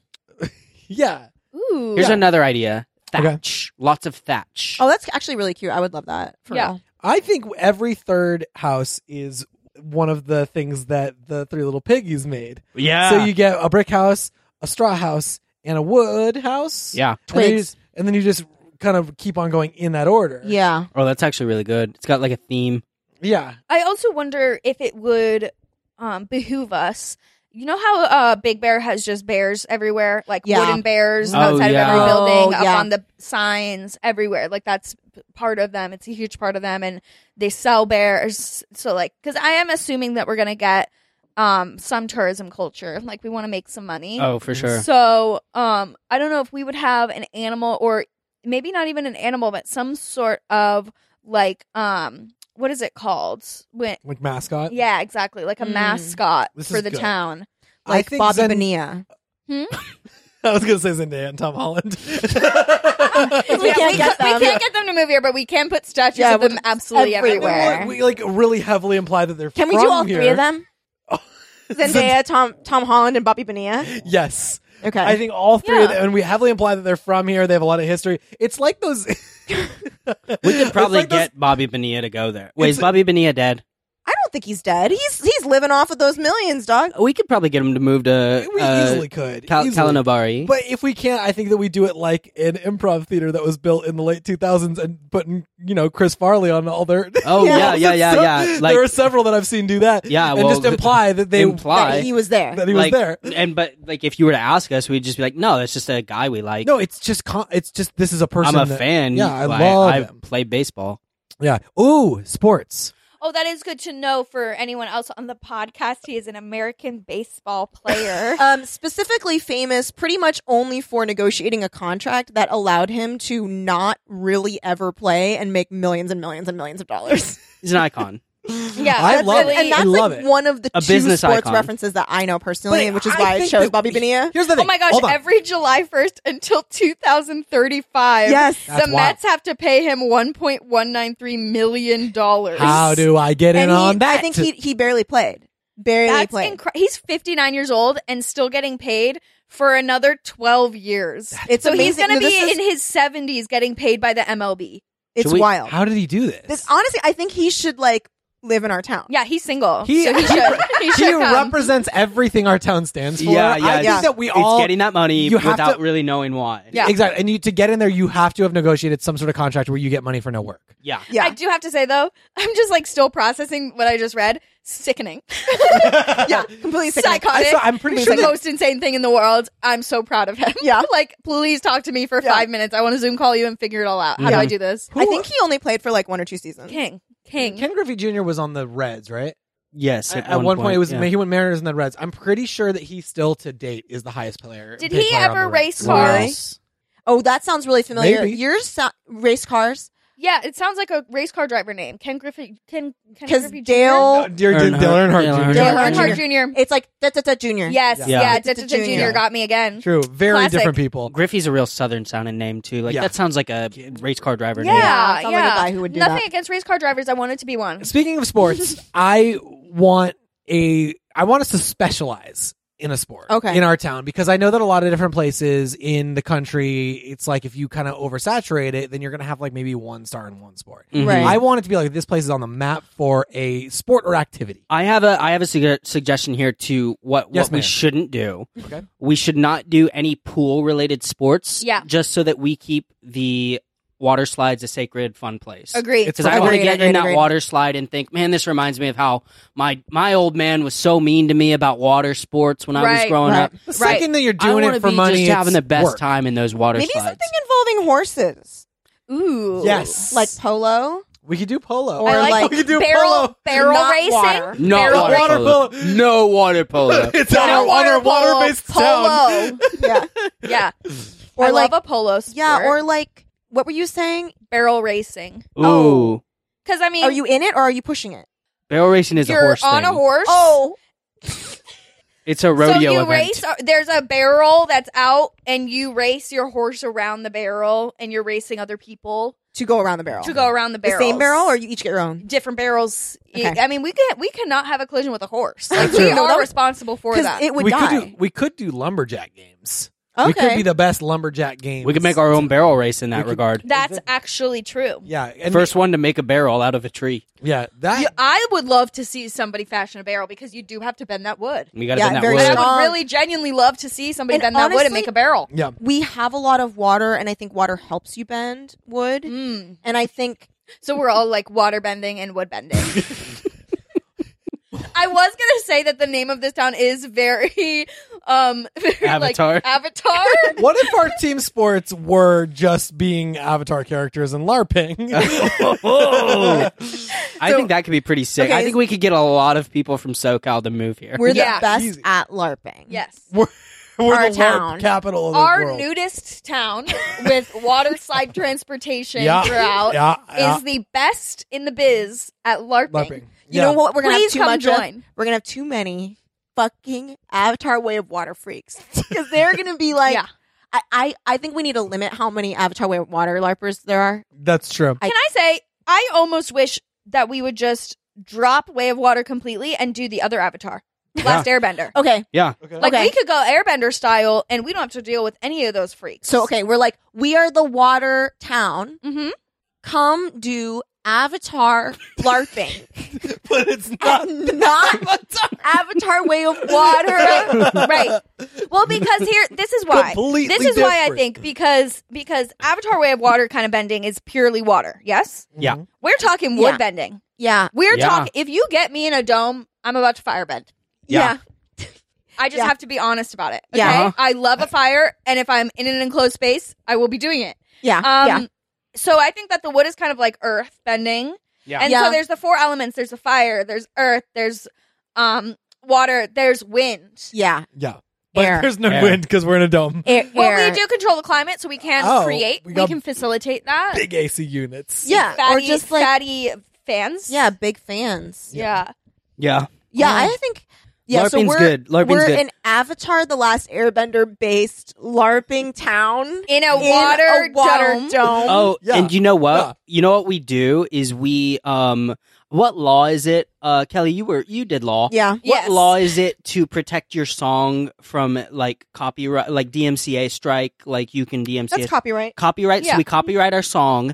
A: yeah,
D: Ooh.
C: Here's
A: Yeah.
C: another idea.
A: Okay.
C: Thatch. Lots of thatch.
E: Oh, that's actually really cute. I would love that. For
D: Yeah.
E: real.
A: I think every third house is one of the things that the Three Little Piggies made.
C: yeah.
A: So you get a brick house, a straw house, and a wood house.
C: yeah.
A: and then, you
E: Twigs.
A: just, and then you just kind of keep on going in that order.
E: Yeah.
C: Oh, that's actually really good. It's got like a theme.
A: yeah.
D: I also wonder if it would um, behoove us. You know how uh, Big Bear has just bears everywhere, like
E: Yeah.
D: wooden bears
C: Oh,
D: outside of
C: yeah.
D: every building,
E: Oh,
D: up
E: yeah.
D: on the signs everywhere. Like that's p- part of them. It's a huge part of them, and they sell bears. So like, because I am assuming that we're gonna get um, some tourism culture. Like we want to make some money.
C: Oh, for sure.
D: So, um, I don't know if we would have an animal or maybe not even an animal, but some sort of like, um, what is it called? When,
A: Like mascot.
D: yeah, exactly. Like a
E: Mm.
D: mascot
A: This
D: for
A: is
D: the
A: good.
D: town.
A: I
E: Like
A: think
E: Bobby
A: Zen-
E: Bonilla.
A: I was gonna say Zendaya and Tom Holland.
E: We
D: Yeah,
E: can't
D: we,
E: get
D: ca- we
E: them.
D: can't get them to move here, but we can put statues
E: Yeah,
D: of
E: we'll
D: them
E: just-
D: absolutely everywhere.
E: everywhere.
A: What, we like really heavily imply that they're
E: Can we
A: from
E: do all
A: here.
E: three of them? Zendaya, Tom, Tom Holland, and Bobby Bonilla.
A: Yes.
E: Okay.
A: I think all three of
D: Yeah.
A: them, and we heavily imply that they're from here. They have a lot of history. It's like those.
C: We could probably
A: like those-
C: get Bobby Bonilla to go there. Wait, is
A: It's-
C: Bobby Bonilla dead?
E: I don't think he's dead. He's he's living off of those millions, dog.
C: We could probably get him to move to
A: we
C: uh,
A: easily could.
C: Cal-
A: easily.
C: Kalanavari.
A: But if we can't, I think that we do it like an improv theater that was built in the late 2000s and putting, you know, Chris Farley on all their.
C: Oh, yeah, yeah, yeah, yeah. Like-
A: there are several that I've seen do that.
C: Yeah,
A: and
C: well,
A: just imply that they
C: imply
E: That he was there.
A: that he was
C: like,
A: there.
C: And but like if you were to ask us, we'd just be like, no, that's just a guy we like.
A: No, it's just con- it's just this is a person.
C: I'm a
A: that-
C: fan.
A: Yeah, I
C: Like,
A: love
C: I
A: him.
C: play baseball.
A: Yeah. Ooh, sports.
D: Oh, that is good to know for anyone else on the podcast. He is an American baseball player.
E: Um, specifically famous pretty much only for negotiating a contract that allowed him to not really ever play and make millions and millions and millions of dollars.
C: He's an icon.
D: yeah,
A: I
D: that's
A: love it.
D: really-
E: and that's
A: I love
E: like
A: it.
E: one of the
C: A
E: two
C: business
E: sports
C: icon.
E: references that I know personally,
A: But
E: which is
A: I
E: why I
A: think
E: chose
A: that-
E: Bobby Bonilla.
A: Here's the thing.
D: Oh my gosh,
A: Hold on.
D: every July 1st until 2035,
E: Yes.
A: That's
D: the
A: wild.
D: Mets have to pay him $1.193 million.
A: How do I get in
E: he,
A: on that?
E: I think he he barely played, barely
D: That's
E: played.
D: incre- he's 59 years old and still getting paid for another 12 years.
E: It's
D: so he's
E: amazing.
D: going to
E: No,
D: be
E: this is-
D: in his 70s getting paid by the MLB.
E: It's
C: Should we-
E: wild.
A: How did he do this?
E: This honestly, I think he should like live in our town.
D: Yeah, he's single.
A: He-
D: so he should. He
A: he
D: should come.
A: represents everything our town stands for.
C: Yeah, yeah,
A: I think
E: it's-
A: that we
C: It's
A: all
C: getting that money
A: you have
C: without
A: to-
C: really knowing why.
D: Yeah.
A: exactly. And you to get in there, you have to have negotiated some sort of contract where you get money for no work.
C: Yeah.
E: yeah.
D: I do have to say though, I'm just like still processing what I just read. Sickening.
E: yeah, completely
D: Psychotic.
E: psychotic.
A: I saw- I'm pretty
D: It's
A: sure
D: the
A: that-
D: most insane thing in the world. I'm so proud of him.
E: Yeah.
D: like, please talk to me for
E: Yeah.
D: five minutes. I want to Zoom call you and figure it all out. How do
C: Yeah.
D: I do this?
E: I think he only played for like one or two seasons.
D: King. King.
A: Ken Griffey Jr. was on the Reds, right?
C: Yes.
A: at one, point, it was
C: yeah.
A: he went Mariners and then Reds. I'm pretty sure that he still to date is the highest player.
D: Did
A: paid
D: he
A: player on
D: ever
A: the Reds.
D: race
E: Really?
D: cars?
E: Oh, that sounds really familiar.
A: Maybe.
E: Your so- race cars
D: Yeah, it sounds like a race car driver name. Ken Griffey. Ken. Ken
E: because
D: Griffey Jr.
E: Dale.
A: No, dear,
C: Earnhardt.
A: Dale Earnhardt Jr.
C: Dale
D: Dale Earnhardt Jr.
E: It's like da da da junior.
D: Yes,
A: Yeah.
D: yeah,
C: Yeah.
D: da- da- da-
E: Junior.
D: Jr. got me again.
A: True, very
D: Classic.
A: different people.
C: Griffey's a real southern sounding name too. Like
A: Yeah.
C: that sounds like a race car driver
D: Yeah,
C: name.
D: yeah.
E: sounds like a guy who would do
D: Nothing
E: that.
D: against race car drivers. I wanted to be one.
A: Speaking of sports, I want a I want us to specialize in a sport
E: Okay.
A: in our town because I know that a lot of different places in the country, it's like if you kind of oversaturate it, then you're gonna have like maybe one star in one sport.
C: Mhm.
E: Right.
A: I want it to be like this place is on the map for a sport or activity.
C: I have a I have a sug- suggestion here to what
A: Yes,
C: what
A: ma'am.
C: we shouldn't do.
A: Okay.
C: We should not do any pool related sports.
D: Yeah.
C: Just so that we keep the water slides a sacred fun place.
D: Agree.
A: It's
C: Because I
A: Agreed,
C: want to get
E: agreed,
C: in that
E: agreed.
C: water slide and think, man, this reminds me of how my my old man was so mean to me about water sports when I was
D: Right,
C: growing
E: right.
C: up.
A: The
D: Right.
A: second that you're
C: I
A: doing
C: wanna
A: it for
C: be
A: money,
C: just having
A: it's
C: the best
A: work.
C: time in those water
E: Maybe
C: slides.
E: something involving horses,
D: Ooh.
A: Yes,
E: like polo.
A: we could do polo
E: Or
D: I
E: like
A: we could do
D: barrel
A: polo.
D: barrel
E: Not
D: racing.
E: water.
C: Not
D: Barrel
C: water,
A: water
C: polo.
A: polo.
C: No water polo.
A: it's
D: Yeah.
A: our water water based town.
D: polo.
E: Yeah,
D: yeah.
E: or
D: I
E: like
D: love a polo sport.
E: yeah, or like what were you saying?
D: barrel racing.
C: Ooh,
E: Oh.
D: Because I mean,
E: Are you in it or are you pushing it?
C: barrel racing is a
D: you're
C: horse
D: on
C: thing.
D: a horse.
E: Oh,
C: It's a
D: so
C: rodeo
D: you
C: event.
D: race. uh, There's a barrel that's out, and you race your horse around the barrel, and you're racing other people
E: to go around the barrel.
D: to go around the
E: the
D: barrel.
E: same barrel, or you each get your own.
D: different barrels.
E: Okay.
D: I mean, we can we cannot have a collision with a horse. Like,
A: true.
D: we
E: No,
D: are
E: that would-
D: responsible for that.
E: Because it would
A: we
E: die.
A: could do we could do lumberjack games. We could
E: okay,
A: be the best lumberjack game.
C: We could make our own barrel race in
A: We
C: that
A: could-
C: regard.
D: that's actually true.
A: Yeah. And
C: First one to make a barrel out of a tree.
A: Yeah. That.
D: You- I would love to see somebody fashion a barrel because you do have to bend that wood.
C: We got to
E: Yeah,
C: bend that
E: very
C: wood.
D: And I
E: strong.
D: would really genuinely love to see somebody
E: And
D: bend that wood and
E: honestly-
D: make a barrel.
A: Yeah.
E: we have a lot of water, and I think water helps you bend wood.
D: Mm.
E: And I think
D: So we're all like water bending and wood bending. I was gonna say that the name of this town is very, um, very
C: Avatar.
D: Like, Avatar.
A: What if our team sports were just being avatar characters and LARPing?
C: I think that could be pretty sick. I
E: Okay.
C: think we could get a lot of people from SoCal to move here.
E: we're
D: Yeah.
E: the best
A: Easy.
E: at larping.
D: yes.
A: we're we're
E: Our
A: the
E: town.
A: LARP capital of the
D: our
A: world.
D: nudist town with water slide transportation
A: Yeah.
D: throughout
A: Yeah. yeah.
D: is the best in the biz at LARPing.
A: LARPing.
E: You
A: Yeah.
E: know what? We're gonna
D: Please
E: have too
D: come
E: much.
D: join.
E: Of? We're gonna have too many. fucking Avatar Way of Water freaks because they're gonna be like,
D: Yeah.
E: I, I, I think we need to limit how many Avatar Way of Water larpers there are.
A: That's true.
E: I-
D: Can I say I almost wish that we would just drop Way of Water completely and do the other Avatar, Last Airbender.
E: Okay,
A: Okay.
D: Like
E: Okay.
D: we could go Airbender style, and we don't have to deal with any of those freaks.
E: so okay, we're like, we are the water town.
D: hmm
E: Come do Avatar larping,
A: but it's not.
E: and not Avatar Way of Water.
D: right. Well, because here, this is why.
A: Completely
D: this is why I
A: different.
D: think because because Avatar Way of Water kind of bending is purely water. Yes,
C: Yeah.
A: Mm-hmm.
D: we're talking wood
E: Yeah.
D: bending.
E: Yeah,
D: We're
C: Yeah.
D: talking. If you get me in a dome, I'm about to firebend.
C: Yeah.
D: I just
E: Yeah.
D: have to be honest about it. Okay,
E: Yeah.
C: Uh-huh.
D: I love a fire, and if I'm in an enclosed space, I will be doing it.
E: yeah,
D: Um,
E: yeah.
D: So I think that the wood is kind of like earth bending,
C: Yeah.
D: and
E: Yeah.
D: so there's the four elements. There's the fire. There's earth. There's um water. There's wind.
E: Yeah.
A: Yeah. But
E: Air.
A: there's no
C: Air.
A: wind because we're in a dome.
E: Air,
D: Well, we
E: air.
D: do control the climate, so we can
A: Oh,
D: create.
A: we
D: We,
A: got
D: can facilitate that.
A: Big AC units.
E: Yeah,
D: fatty,
E: or just like
D: fatty fans.
E: yeah, big fans.
D: yeah.
C: Yeah.
E: Yeah,
A: Yeah.
E: I think yeah. so
C: LARPing's
E: we're
C: good. LARPing's
E: we're
C: good.
E: an Avatar: The Last Airbender based LARPing town
D: In a
E: in
D: water,
E: a water
D: dome.
E: dome.
C: Oh,
A: Yeah.
C: and you know what?
A: Yeah.
C: You know what we do is we um what law is it? Uh Kelly, you were you did law.
E: Yeah,
D: Yes.
C: What law is it to protect your song from like copyright like DMCA strike, like you can DMCA
E: that's copyright.
C: copyright so
D: Yeah.
C: we copyright our song.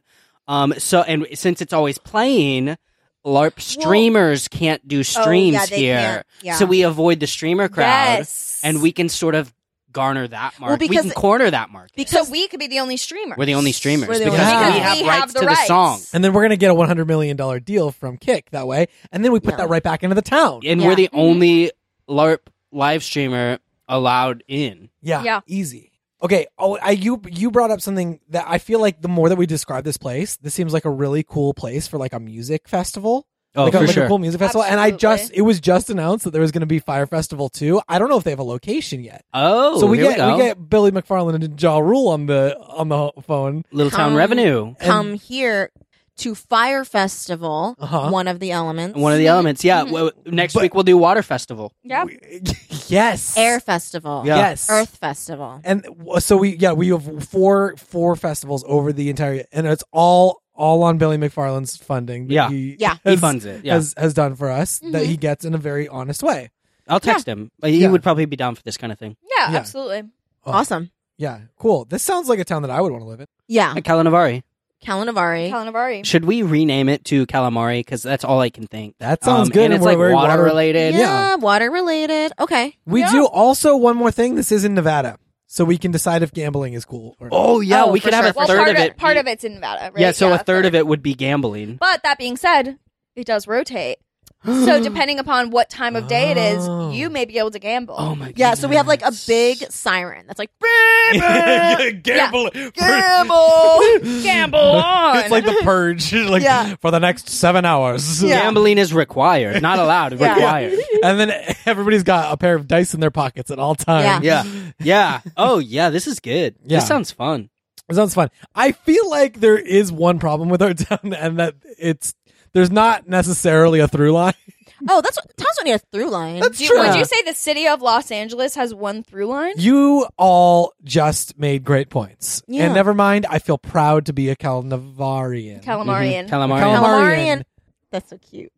C: Um so and since it's always playing LARP streamers can't do streams
E: Oh, yeah, they
C: here.
E: can't. Yeah.
C: So we avoid the streamer crowd
D: Yes.
C: and we can sort of garner that market. we
E: because-
C: can corner that market.
D: so
E: because
D: we could be the only streamer.
C: We're the only streamers
E: We're the
C: because
A: only
C: we
A: streamers.
C: have
D: We
C: rights
D: have the
C: to the
D: rights.
C: song,
A: And then we're gonna get a one hundred million dollar deal from Kick that way, and then we put
E: Yeah.
A: that right back into the town.
C: and
E: Yeah. Mm-hmm.
C: we're the only LARP live streamer allowed in.
A: Yeah,
D: Yeah.
A: easy. Okay. Oh, I you you brought up something that I feel like the more that we describe this place, this seems like a really cool place for like a music festival.
C: Oh,
A: like a,
C: for
A: like a
C: sure.
A: cool music festival. And I
D: Absolutely.
A: just it was just announced that there was going to be Fire Festival too. I don't know if they have a location yet.
C: Oh,
A: so we
C: here
A: get
C: go.
A: we get Billy McFarland and Ja Rule on the on the phone.
C: Little Town
E: Come-
C: Revenue,
E: come here to Fire Festival,
A: Uh-huh.
E: one of the elements.
C: one of the elements. Yeah, well, next
A: Mm-hmm. But-
C: week we'll do Water Festival.
D: Yeah.
A: We- yes.
E: Air Festival,
C: Yeah.
A: Yes.
E: Earth Festival.
A: And w- so we yeah we have four four festivals over the entire and it's all all on Billy McFarland's funding. that
C: Yeah.
A: He
E: Yeah.
C: He
A: has-
C: funds it. Yeah,
A: has has done for us that he gets in a very honest way.
C: I'll text him. Like, He
A: Yeah.
C: would probably be down for this kind of thing.
D: Yeah,
A: Yeah.
D: absolutely.
A: Oh.
E: Awesome.
A: Yeah, cool. This sounds like a town that I would want to live in.
E: Yeah,
C: Hey, Calanavari,
E: Kalanavari.
D: Kalanavari.
C: should we rename it to Calamari? Because that's all I can think.
A: That sounds
C: Um,
A: good,
C: And
A: and
C: it's
A: we're
C: like
A: very
C: water,
A: water-
C: related.
E: yeah, water related. Okay.
A: We do also one more thing. This is in Nevada, so we can decide if gambling is cool or not.
C: Oh yeah,
D: Oh,
C: we
D: for
C: could have
D: sure.
C: a
D: Well,
C: third
D: part
C: of it.
D: Part
C: be-
D: of it's in Nevada, right?
C: Yeah, so a third of it would be gambling.
D: But that being said, it does rotate. so depending upon what time of day it
A: Oh.
D: is, you may be able to gamble.
C: Oh my god.
E: Yeah, so we have like a big siren that's like
A: gamble.
D: Gamble, gamble on.
A: It's like the purge, like
E: Yeah.
A: for the next seven hours,
C: Gambling is required, not allowed.
E: Yeah.
C: Required.
A: and then everybody's got a pair of dice in their pockets at all times.
C: Yeah. Yeah. Oh, yeah. This is good.
A: Yeah.
C: This sounds fun.
A: It sounds fun. I feel like there is one problem with our town, and that it's there's not necessarily a through line.
E: Oh, that's what Tom's only a through line.
A: That's
D: Do you-
A: true.
D: Would you say the city of Los Angeles has one through line?
A: You all just made great points.
E: Yeah.
A: And never mind, I feel proud to be a Calnavarian.
D: Calamarian.
C: Mm-hmm. Calamari.
A: Calamarian.
E: That's so cute.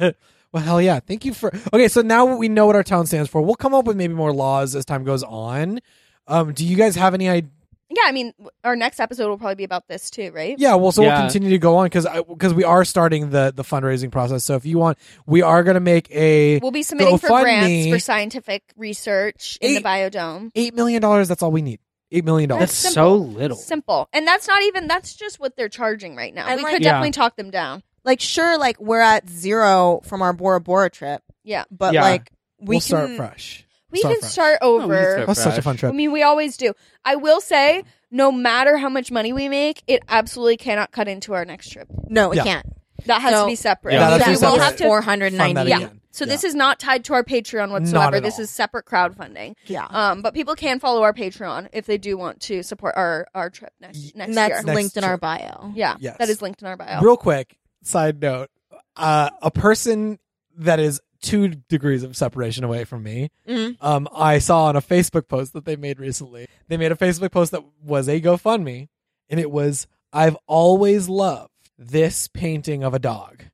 A: well, hell yeah. Thank you for. Okay, so now we know what our town stands for. We'll come up with maybe more laws as time goes on. Um, do you guys have any idea?
D: yeah, I mean, our next episode will probably be about this too, right?
A: Yeah, well, so
C: Yeah.
A: we'll continue to go on because because we are starting the the fundraising process. So if you want, we are going to make a
D: We'll be submitting for grants
A: GoFundMe.
D: for scientific research in the
A: Eight-
D: biodome.
A: eight million dollars. That's all we need. Eight million
C: That's
A: dollars.
C: so little.
D: Simple. And that's not even that's just what they're charging right now.
E: And
D: we
E: like-
D: could
C: Yeah.
D: definitely talk them down.
E: Like sure, like we're at zero from our Bora Bora trip,
D: Yeah.
E: but
C: Yeah.
E: like we
A: We'll
E: can
A: start fresh.
D: We
A: Start
D: can
A: fresh.
D: start
C: we
D: over.
C: can start
A: That was such a fun
D: I
A: trip.
D: mean, we always do. I will say, no matter how much money we make, it absolutely cannot cut into our next trip.
E: No, it
A: Yeah.
E: can't.
D: That has
E: No.
D: to be separate.
A: Yeah, that's
D: we
A: separate.
D: will have to.
E: four hundred
A: Fund that
E: ninety.
A: again.
E: Yeah.
D: So this is not tied to our Patreon
A: Not
D: whatsoever.
A: at
D: This
A: all.
D: is separate crowdfunding.
E: yeah.
D: Um, but people can follow our Patreon if they do want to support our our trip
A: Y-
D: next next
E: And that's
D: year.
A: Next
E: linked in our
A: trip.
E: bio.
D: yeah,
A: Yes.
E: Oh.
D: that is linked in our bio.
A: Real quick, side note: uh, a person that is two degrees of separation away from me.
E: Mhm.
A: Um, I saw on a Facebook post that they made recently. They made a Facebook post that was a GoFundMe, and it was I've always loved this painting of a dog,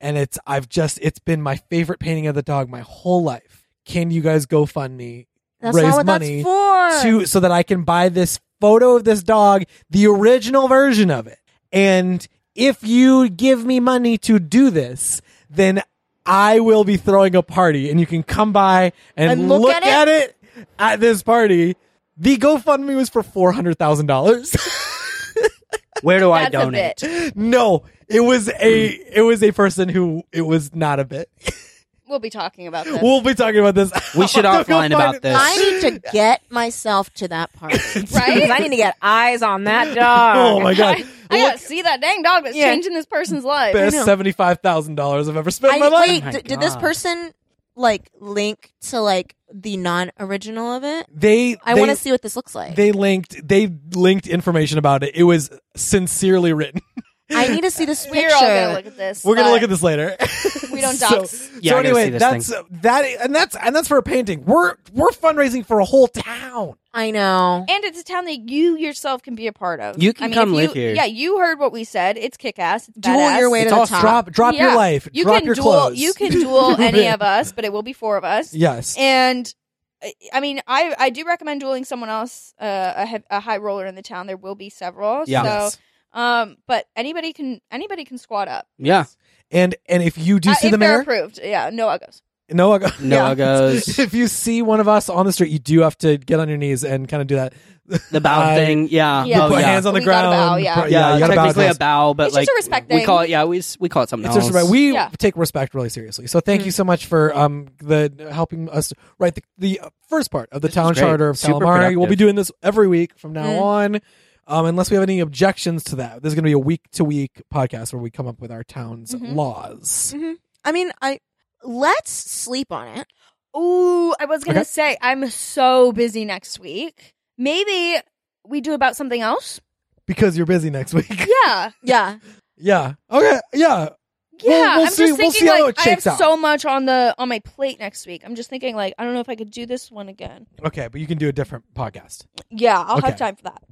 A: and it's I've just it's been my favorite painting of the dog my whole life. Can you guys GoFundMe
E: That's
A: raise
E: not what
A: money
E: that's for.
A: to so that I can buy this photo of this dog, the original version of it. And if you give me money to do this, then I will be throwing a party and you can come by and,
E: And
A: look, at, it? at this party. The GoFundMe was for four hundred thousand dollars.
C: Where do I
D: That's a
C: donate?
D: bit.
A: no, it was a it was a person who it was not a bit.
D: We'll be talking about this.
A: We'll be talking about this.
C: We should
A: I'll go
C: offline
A: find
C: about
A: it.
C: this.
E: I need to get myself to that party.
D: Right?
E: Because I need to get eyes on that dog.
A: Oh my god!
D: I gotta see that dang dog that's
E: Yeah.
D: changing this person's life.
A: Best seventy five thousand dollars I've ever spent
E: I,
A: in my life.
E: wait,
C: Oh my
E: d- did this
C: God.
E: person like link to like the non-original of it?
A: They
E: I
A: they-
E: want to see what this looks like.
A: they linked they linked information about it. It was sincerely written.
E: I need to see this
D: We're all gonna
E: picture.
D: look at this.
A: We're gonna
D: but
A: look at this later.
D: We don't
A: So-
D: dox.
A: So,
C: Yeah, I gotta
A: anyway,
C: see this
A: that's that, and that's and that's for a painting. We're we're fundraising for a whole town.
E: I know.
D: And it's a town that you yourself can be a part of.
C: You can
D: if
C: come
D: you-
C: live here.
D: Yeah, you heard what we said. It's kick ass. It's
E: Duel
D: badass.
E: your way to
A: It's
E: the
A: all
E: top.
A: drop drop
D: Yeah.
A: your life,
D: You
A: drop
D: can
A: your
D: duel.
A: clothes.
D: You can duel any of us, but it will be four of us.
A: Yes,
D: And I- I mean, I I do recommend dueling someone else, uh, a, he- a high roller in the town. There will be several.
C: Yeah.
D: So, um, but anybody can anybody can squat up.
C: Yeah.
A: and and if you do
D: Uh,
A: see
D: if
A: the
D: they're
A: mayor,
D: approved. Yeah, Noah goes.
A: Noah, go-
C: Noah goes.
A: If you see one of us on the street, you do have to get on your knees and kind of do that.
C: The bow
A: I-
C: thing. Yeah.
D: Yeah.
C: Oh,
A: put
C: yeah.
A: hands on the
D: We gotta
A: ground.
D: bow, yeah.
A: pro-
C: yeah,
A: you gotta bow
C: technically
A: to
C: a
A: us.
C: bow, but
D: It's
C: like
D: just a respect
C: we
D: thing.
C: call it. Yeah, we s- we call it something
A: It's
C: else.
A: just right. We
D: Yeah. Mm.
A: take respect really seriously. So thank you so much for um the helping us write the, the uh, first part of the
C: This
A: town
C: was great.
A: charter of
C: Super
A: Calamari. We'll be
C: productive.
A: doing this every week from now
D: Mm.
A: on, um, unless we have any objections to that. This is going to be a week to week podcast where we come up with our town's
D: Mhm.
A: laws.
E: I mean, I let's sleep on it.
D: Ooh, I was gonna
A: Okay.
D: say I'm so busy next week. Maybe we do about something else.
A: Because you're busy next week.
D: Yeah,
E: Yeah.
A: yeah. Okay. Yeah.
D: yeah.
A: We'll- we'll
D: I'm
A: see- we'll
D: just thinking
A: see how
D: like
A: it
D: I have
A: shakes out.
D: so much on the on my plate next week. I'm just thinking like I don't know if I could do this one again.
A: Okay, but you can do a different podcast.
D: Yeah, I'll
A: Okay.
D: have time for that.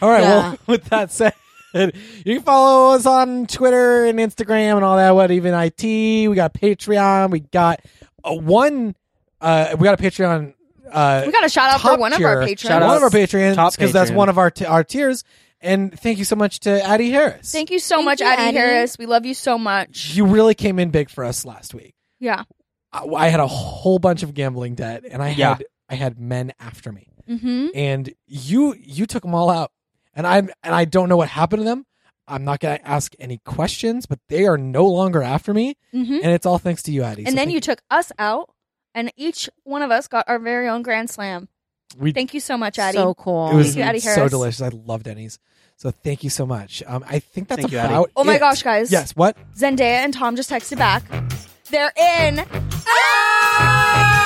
A: All right.
E: Yeah.
A: Well, with that said, you can follow us on Twitter and Instagram and all that. What even it? We got Patreon. We got a one. Uh, we got a Patreon. Uh,
D: We got a shout out for
A: top
D: one of our
A: tier.
D: patrons.
C: Shout
A: one
C: out.
A: of our Patreons
C: Top
A: because that's
C: Patreon.
A: one of our t- our tiers. And thank you so much to Addie Harris.
D: Thank you so
E: Thank
D: much,
E: you,
D: Addie,
E: Addie.
D: Harris. We love you so much.
A: You really came in big for us last week.
D: Yeah.
A: I, I had a whole bunch of gambling debt, and I
C: Yeah.
A: had I had men after me.
D: Mm-hmm.
A: and you you took them all out and i'm and i don't know what happened to them i'm not going to ask any questions but they are no longer after me
D: Mm-hmm.
A: and it's all thanks to you addie
D: And then you took us out, and each one of us got our very own grand slam.
A: we,
D: Thank you so much, Addie.
E: So cool.
A: it was
D: you, Addie
A: so
D: Harris.
A: delicious i love denny's so thank you so much um, i think that's
C: Thank you, Addie.
A: about
D: oh my
A: it.
D: gosh, guys!
A: yes what
D: Zendaya and Tom just texted back. They're in. Ah!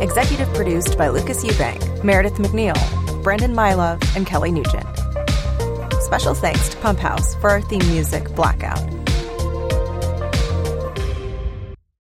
I: Executive produced by Lucas Eubank, Meredith McNeil, Brandon Mylove, and Kelly Nugent. Special thanks to Pump House for our theme music, Blackout.